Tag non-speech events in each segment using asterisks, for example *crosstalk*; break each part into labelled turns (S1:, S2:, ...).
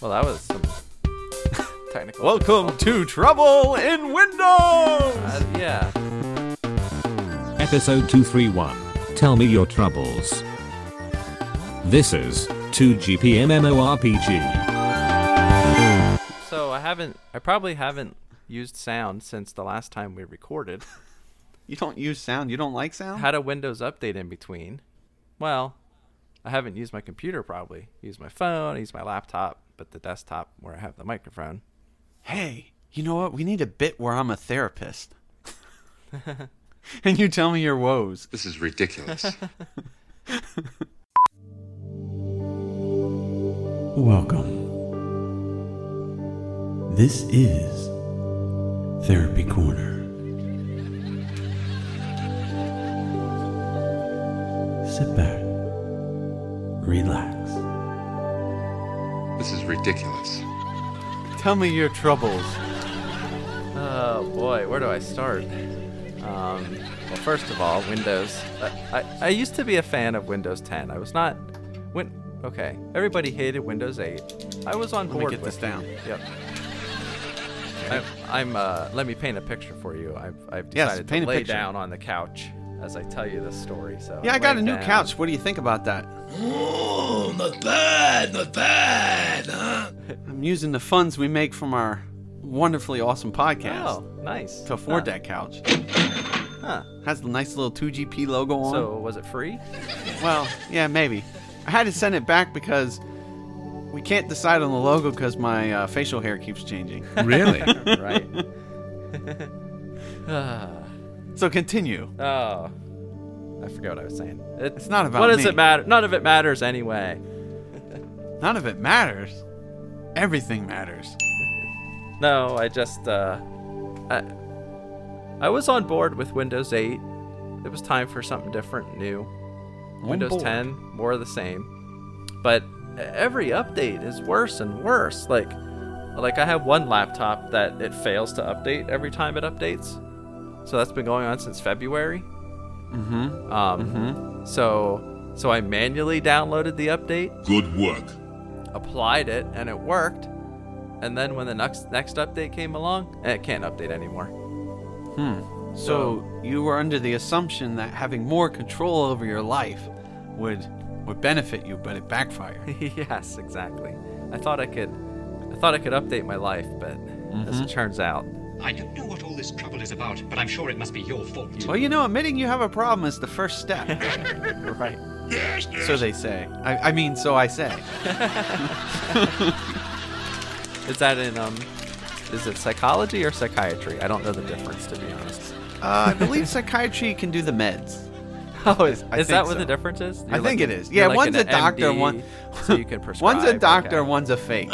S1: Well, that was some *laughs* technical.
S2: Welcome to Trouble in Windows!
S1: Uh, yeah.
S3: Episode 231. Tell me your troubles. This is 2GPMMORPG.
S1: So I haven't. I probably haven't used sound since the last time we
S2: *laughs*
S1: recorded.
S2: You don't use sound. You don't like sound?
S1: Had a Windows update in between. Well, I haven't used my computer probably. Used my phone. Used my laptop. But the desktop where I have the microphone.
S2: hey, you know what? We need a bit where I'm a therapist. *laughs* and you tell me your woes.
S4: This is ridiculous. *laughs*
S5: Welcome. This is Therapy Corner. Sit back, relax,
S4: this is ridiculous.
S2: Tell me your troubles.
S1: Oh boy, where do I start? Um, well, first of all, Windows. I, I, I used to be a fan of Windows 10. I was not. When okay, everybody hated Windows 8. I was on
S2: Let me
S1: board
S2: get
S1: with
S2: this down.
S1: it. Yep. I, I'm. Uh, let me paint a picture for you. I've, I've
S2: Yes,
S1: decided
S2: paint
S1: to
S2: a
S1: lay
S2: picture.
S1: down on the couch as I tell you this story. So
S2: Yeah,
S1: I'm
S2: I got a
S1: laying
S2: new
S1: down.
S2: couch. What do you think about that? not bad, not bad, huh? I'm using the funds we make from our wonderfully awesome podcast
S1: Oh, nice.
S2: to afford
S1: Huh,
S2: that couch.
S1: Huh.
S2: Has the nice little 2GP logo on.
S1: So was it
S2: *laughs*
S1: free?
S2: Well, yeah, maybe. I had to send it back because we can't decide on the logo because my uh, facial hair keeps changing.
S3: Really?
S1: right.
S2: so continue.
S1: Oh, I forgot what I was saying. It-
S2: It's not about
S1: What does
S2: me.
S1: it matter? None of it matters anyway.
S2: None of it matters. Everything matters.
S1: No, I just uh, I, I was on board with Windows 8. It was time for something different, new. Windows
S2: board.
S1: 10, more of the same. But every update is worse and worse. Like, like I have one laptop that it fails to update every time it updates. So that's been going on since February. Mm-hmm. Um, So, so I manually downloaded the update
S6: Good work.
S1: applied it and it worked. And then when the next next update came along, eh, it can't update anymore.
S2: So you were under the assumption that having more control over your life would would benefit you, but it backfired.
S1: *laughs* yes, exactly. I thought I could I thought I could update my life, but
S2: Mm-hmm.
S1: as it turns out,
S7: I don't know what all this trouble is about, but I'm sure it must be your fault.
S2: well, you know, admitting you have a problem is the first step.
S1: *laughs* right.
S2: so they say. I, I mean, so I
S1: *laughs*
S2: say.
S1: Is that in um is it psychology or psychiatry? I don't know the difference to be honest.
S2: Uh, I believe psychiatry can do the meds.
S1: Oh, is,
S2: I
S1: is that
S2: think
S1: what the
S2: so.
S1: difference is?
S2: I
S1: You're like-
S2: think it is.
S1: you're
S2: Yeah,
S1: like
S2: one's
S1: an
S2: a doctor,
S1: MD,
S2: one
S1: *laughs* so you can prescribe.
S2: *laughs* One's a doctor,
S1: okay.
S2: one's a fake.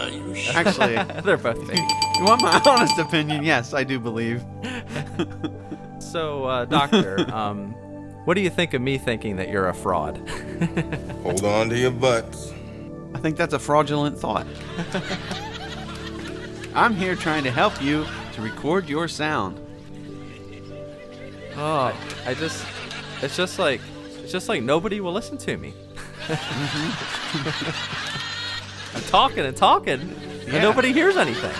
S2: Actually, *laughs* you
S1: *laughs* They're both fake.
S2: want my *laughs* honest opinion? Yes, I do believe.
S1: So,
S2: *laughs*
S1: uh, doctor, um, what do you think of me thinking that you're a fraud?
S6: Hold on to your butts.
S2: I think that's a fraudulent thought. *laughs* I'm here trying to help you to record your sound.
S1: Oh, I just, it's just like, it's just like nobody will listen to me.
S2: Mm-hmm.
S1: *laughs* I'm talking and talking,
S2: Yeah.
S1: and nobody hears anything.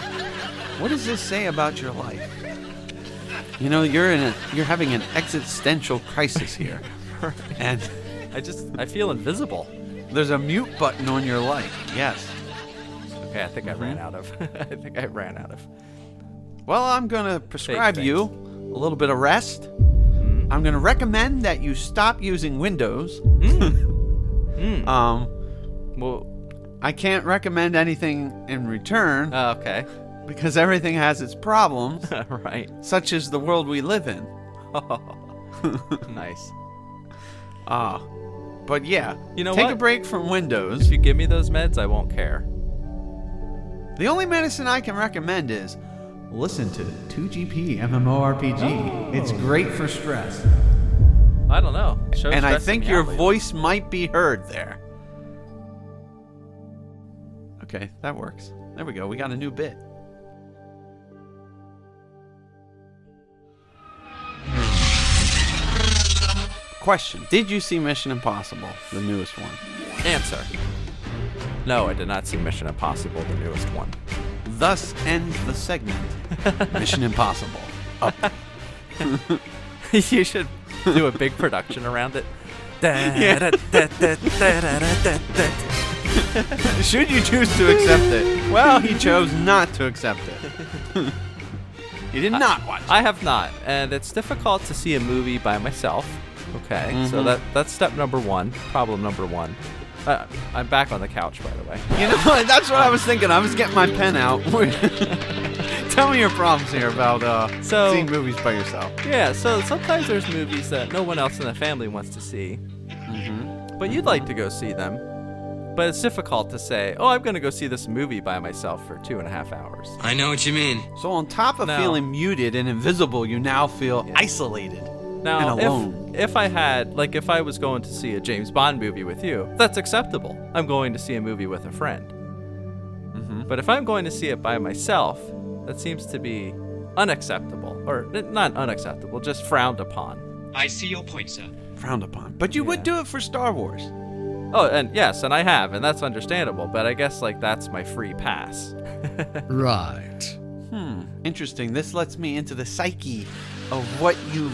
S2: What does this say about your life? You know, you're in a you're having an existential crisis here, and
S1: I just, I feel invisible.
S2: there's a mute button on your life. Yes.
S1: Okay, I think I
S2: Mm-hmm.
S1: ran out of. *laughs* I think I ran out of.
S2: Well, I'm going to prescribe you a little bit of rest.
S1: Hmm.
S2: I'm going to recommend that you stop using Windows.
S1: Hmm.
S2: *laughs* um,
S1: Well,
S2: I can't recommend anything in return
S1: uh, okay,
S2: *laughs* because everything has its problems,
S1: right.
S2: such as the world we live in.
S1: nice.
S2: Ah, but yeah,
S1: You know
S2: take a
S1: what?
S2: break from
S1: If
S2: Windows.
S1: you give me those meds, I won't care.
S2: The only medicine I can recommend is listen to 2GP MMORPG. It's
S1: Oh.
S2: great for stress,
S1: I don't know. Show
S2: and I
S1: stressing
S2: think
S1: me
S2: your
S1: out lately.
S2: voice might be heard there. Okay, that works. There we go. We got a new bit. Question: Did you see Mission Impossible, the newest one?
S1: Answer. No, I did not see Mission Impossible, the newest one.
S2: Thus ends the *laughs* segment. Mission Impossible.
S1: *laughs* you should do a big production around it. Da-da-da-da-da-da-da-da.
S2: Should you choose to accept *laughs* it? Well, he chose not to accept it. *laughs* he did not watch. it.
S1: *laughs* I have not, and it's difficult to see a movie by myself. Okay, so that that's step number one, problem number one. Uh, I'm back on the couch, by the way.
S2: You know, what? that's what I was thinking. I was getting my pen out. *laughs* Tell me your problems here about uh,
S1: So-
S2: seeing movies by yourself.
S1: Yeah, so sometimes there's movies that no one else in the family wants to see, but you'd like to go see them. But it's difficult to say, oh, I'm going to go see this movie by myself for two and a half hours.
S8: I know what you mean.
S2: So on top of
S1: No.
S2: feeling muted and invisible, you now feel isolated
S1: Now,
S2: and alone.
S1: if, if I had, like, if I was going to see a James Bond movie with you, that's acceptable. I'm going to see a movie with a friend.
S2: Mm-hmm.
S1: But if I'm going to see it by myself, that seems to be unacceptable. Or n- not unacceptable, just frowned upon.
S7: I see your point, sir.
S2: frowned upon. But you would do it for Star Wars.
S1: Oh, and yes, and I have, and that's understandable, but I guess, like, that's my free pass.
S9: Right.
S2: Interesting. This lets me into the psyche of what you,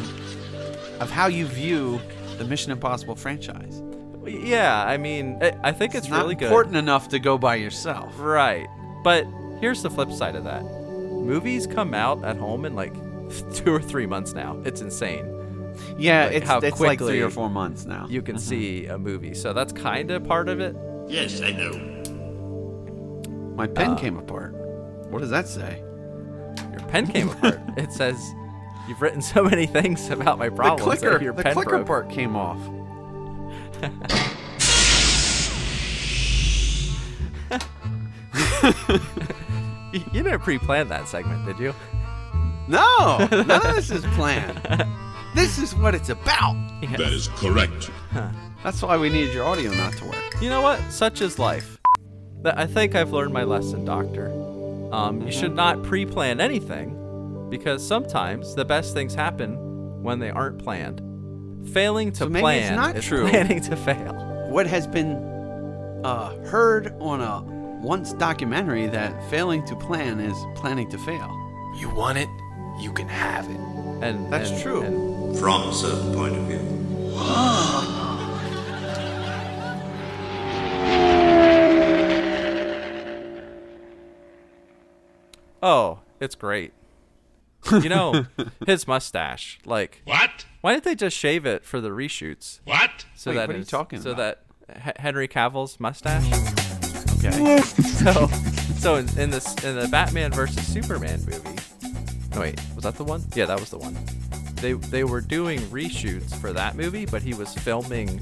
S2: of how you view the Mission Impossible franchise.
S1: Yeah, I mean, I, I think it's,
S2: It's not
S1: really good.
S2: important enough to go by yourself.
S1: Right. But here's the flip side of that. Movies come out at home in like *laughs* two or three months now. It's insane.
S2: Yeah,
S1: Like
S2: it's
S1: how
S2: it's like
S1: quickly
S2: three or four months now.
S1: You can see a movie. So that's kind of part of it.
S2: My pen
S1: uh,
S2: came apart. What does that say?
S1: Your pen came
S2: *laughs*
S1: apart. It says, You've written so many things about my
S2: The
S1: problems. that
S2: clicker,
S1: your
S2: the
S1: pen
S2: clicker
S1: broke."
S2: part came off.
S1: You *laughs* you didn't pre plan that segment, did you?
S2: No, *laughs* none of this is planned. This is what it's about.
S1: Yes.
S10: is correct.
S2: That's why we needed your audio not to work.
S1: You know what? Such is life. Th- I think I've learned my lesson, Doctor. Um, You
S2: Mm-hmm.
S1: should not pre plan anything because sometimes the best things happen when they aren't planned. Failing to
S2: So maybe it's
S1: plan
S2: not
S1: is
S2: true.
S1: planning to fail.
S2: What has been uh, heard on a once documentary that failing to plan is planning to fail.
S11: You want it, you can have it.
S1: And
S2: That's
S1: and-
S2: true.
S1: and-
S10: From a certain point of view.
S1: oh, it's great. You
S2: *laughs*
S1: know, his mustache. Like,
S11: What?
S1: why didn't they just shave it for the reshoots?
S11: What?
S1: So
S2: Wait,
S1: that
S2: what are you
S1: his-
S2: talking
S1: so
S2: about?
S1: that H- Henry Cavill's mustache. Okay. *laughs* so so in, in this in the Batman versus Superman movie. No wait, was that the one? Yeah, that was the one. They they were doing reshoots for that movie, but he was filming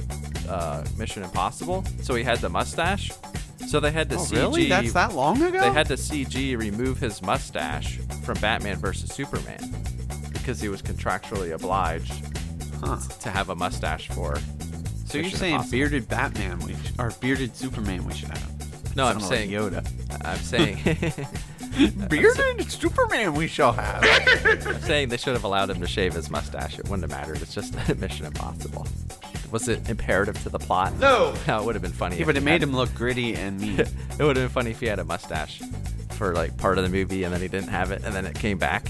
S1: uh, Mission Impossible, so he had the mustache. So they had to
S2: Oh,
S1: CG.
S2: really? That's that long ago?
S1: They had to CG remove his mustache from Batman versus Superman because he was contractually obliged
S2: Huh.
S1: to have a mustache for.
S2: So you're
S1: Mission
S2: saying
S1: Impossible.
S2: *laughs* bearded Batman we sh- or bearded Superman we should have?
S1: No, I'm
S2: Sounded like
S1: saying
S2: Yoda.
S1: I'm saying
S2: Bearded Superman we shall have.
S1: I'm saying they should have allowed him to shave his mustache. It wouldn't have mattered. It's just *laughs* Mission Impossible. Was it imperative to the plot? *laughs*
S2: No.
S1: No, it would have been funny.
S2: yeah,
S1: if
S2: but it
S1: he
S2: made
S1: had-
S2: him look gritty and mean.
S1: It would have been funny if he had a mustache for like part of the movie and then he didn't have it and then it came back.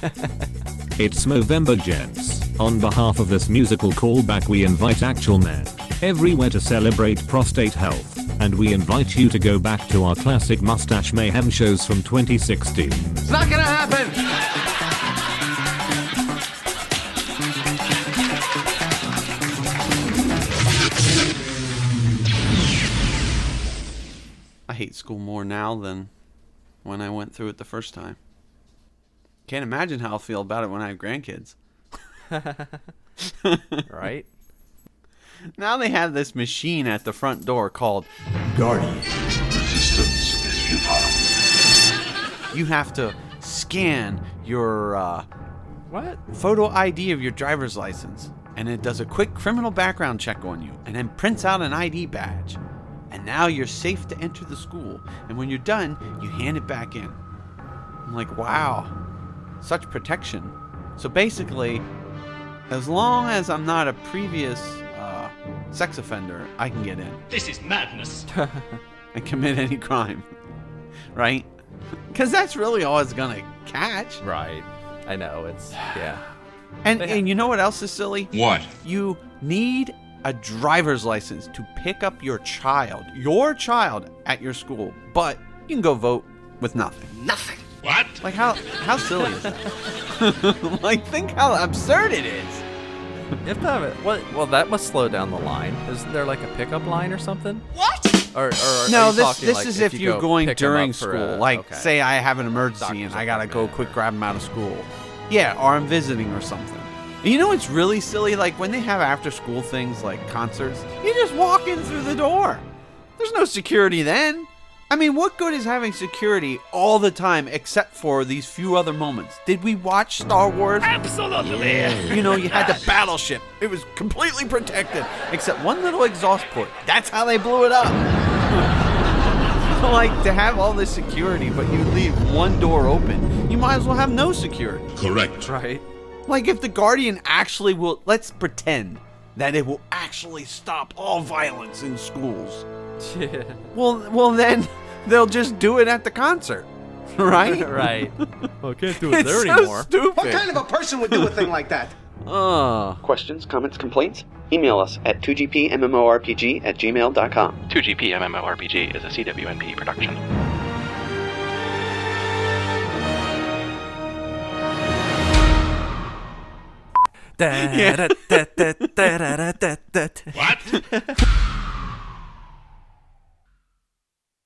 S1: *laughs*
S3: It's Movember gents. On behalf of this musical callback, we invite Actual Men everywhere to celebrate prostate health, and we invite you to go back to our classic mustache mayhem shows from 2016.
S2: it's not gonna happen. I hate school more now than when I went through it the first time. Can't imagine how I'll feel about it when I have grandkids.
S1: right?
S2: Now they have this machine at the front door called
S5: Guardian.
S10: Resistance is futile.
S2: you have to scan your uh,
S1: What?
S2: photo ID of your driver's license, and it does a quick criminal background check on you, and then prints out an ID badge. And now you're safe to enter the school, and when you're done, you hand it back in. I'm like, wow, such protection. So basically, as long as I'm not a previous uh, sex offender, I can get in.
S7: This is madness.
S2: *laughs* and commit any crime, right? Because that's really all it's gonna catch.
S1: Right. I know it's yeah.
S2: And
S1: They-
S2: and you know what else is silly?
S4: What?
S2: You need a driver's license to pick up your child, your child at your school, but you can go vote with nothing.
S7: Nothing.
S4: What?
S2: Like how how silly is that? *laughs* like think how absurd it is.
S1: If not, what? Well, that must slow down the line. Isn't there like a pickup line or something?
S7: What?
S1: Or, or are
S2: No,
S1: you
S2: this
S1: talking,
S2: this
S1: like,
S2: is
S1: if,
S2: if,
S1: you
S2: you're
S1: go
S2: going
S1: pick 'em
S2: during
S1: up for
S2: school.
S1: a-
S2: like
S1: okay. *laughs*
S2: say I have an emergency
S1: Doctor's
S2: and I gotta go
S1: appointment
S2: quick
S1: or-
S2: grab him out of school. Yeah, or I'm visiting or something. And you know what's really silly? Like when they have after school things like concerts, you just walk in through the door. There's no security then. I mean, what good is having security all the time except for these few other moments? Did we watch Star Wars? You know, you had the battleship. It was completely protected, except one little exhaust port. That's how they blew it up. *laughs* like to have all this security, but you leave one door open. You might as well have no security.
S10: Correct.
S1: right.
S2: Like if the Guardian actually will, let's pretend that it will actually stop all violence in schools. Well, well then they'll just do it at the concert, right?
S1: *laughs*
S2: *laughs*
S1: right. Well, can't do
S2: It's so *laughs* stupid.
S8: What kind of a person would do a thing like that?
S2: Ugh.
S12: Questions, comments, complaints? Email us at 2gpmmorpg at gmail.com.
S13: 2GP MMORPG is a CWNP production.
S1: Da, da, da, da, da, da, da, da, da.
S4: What?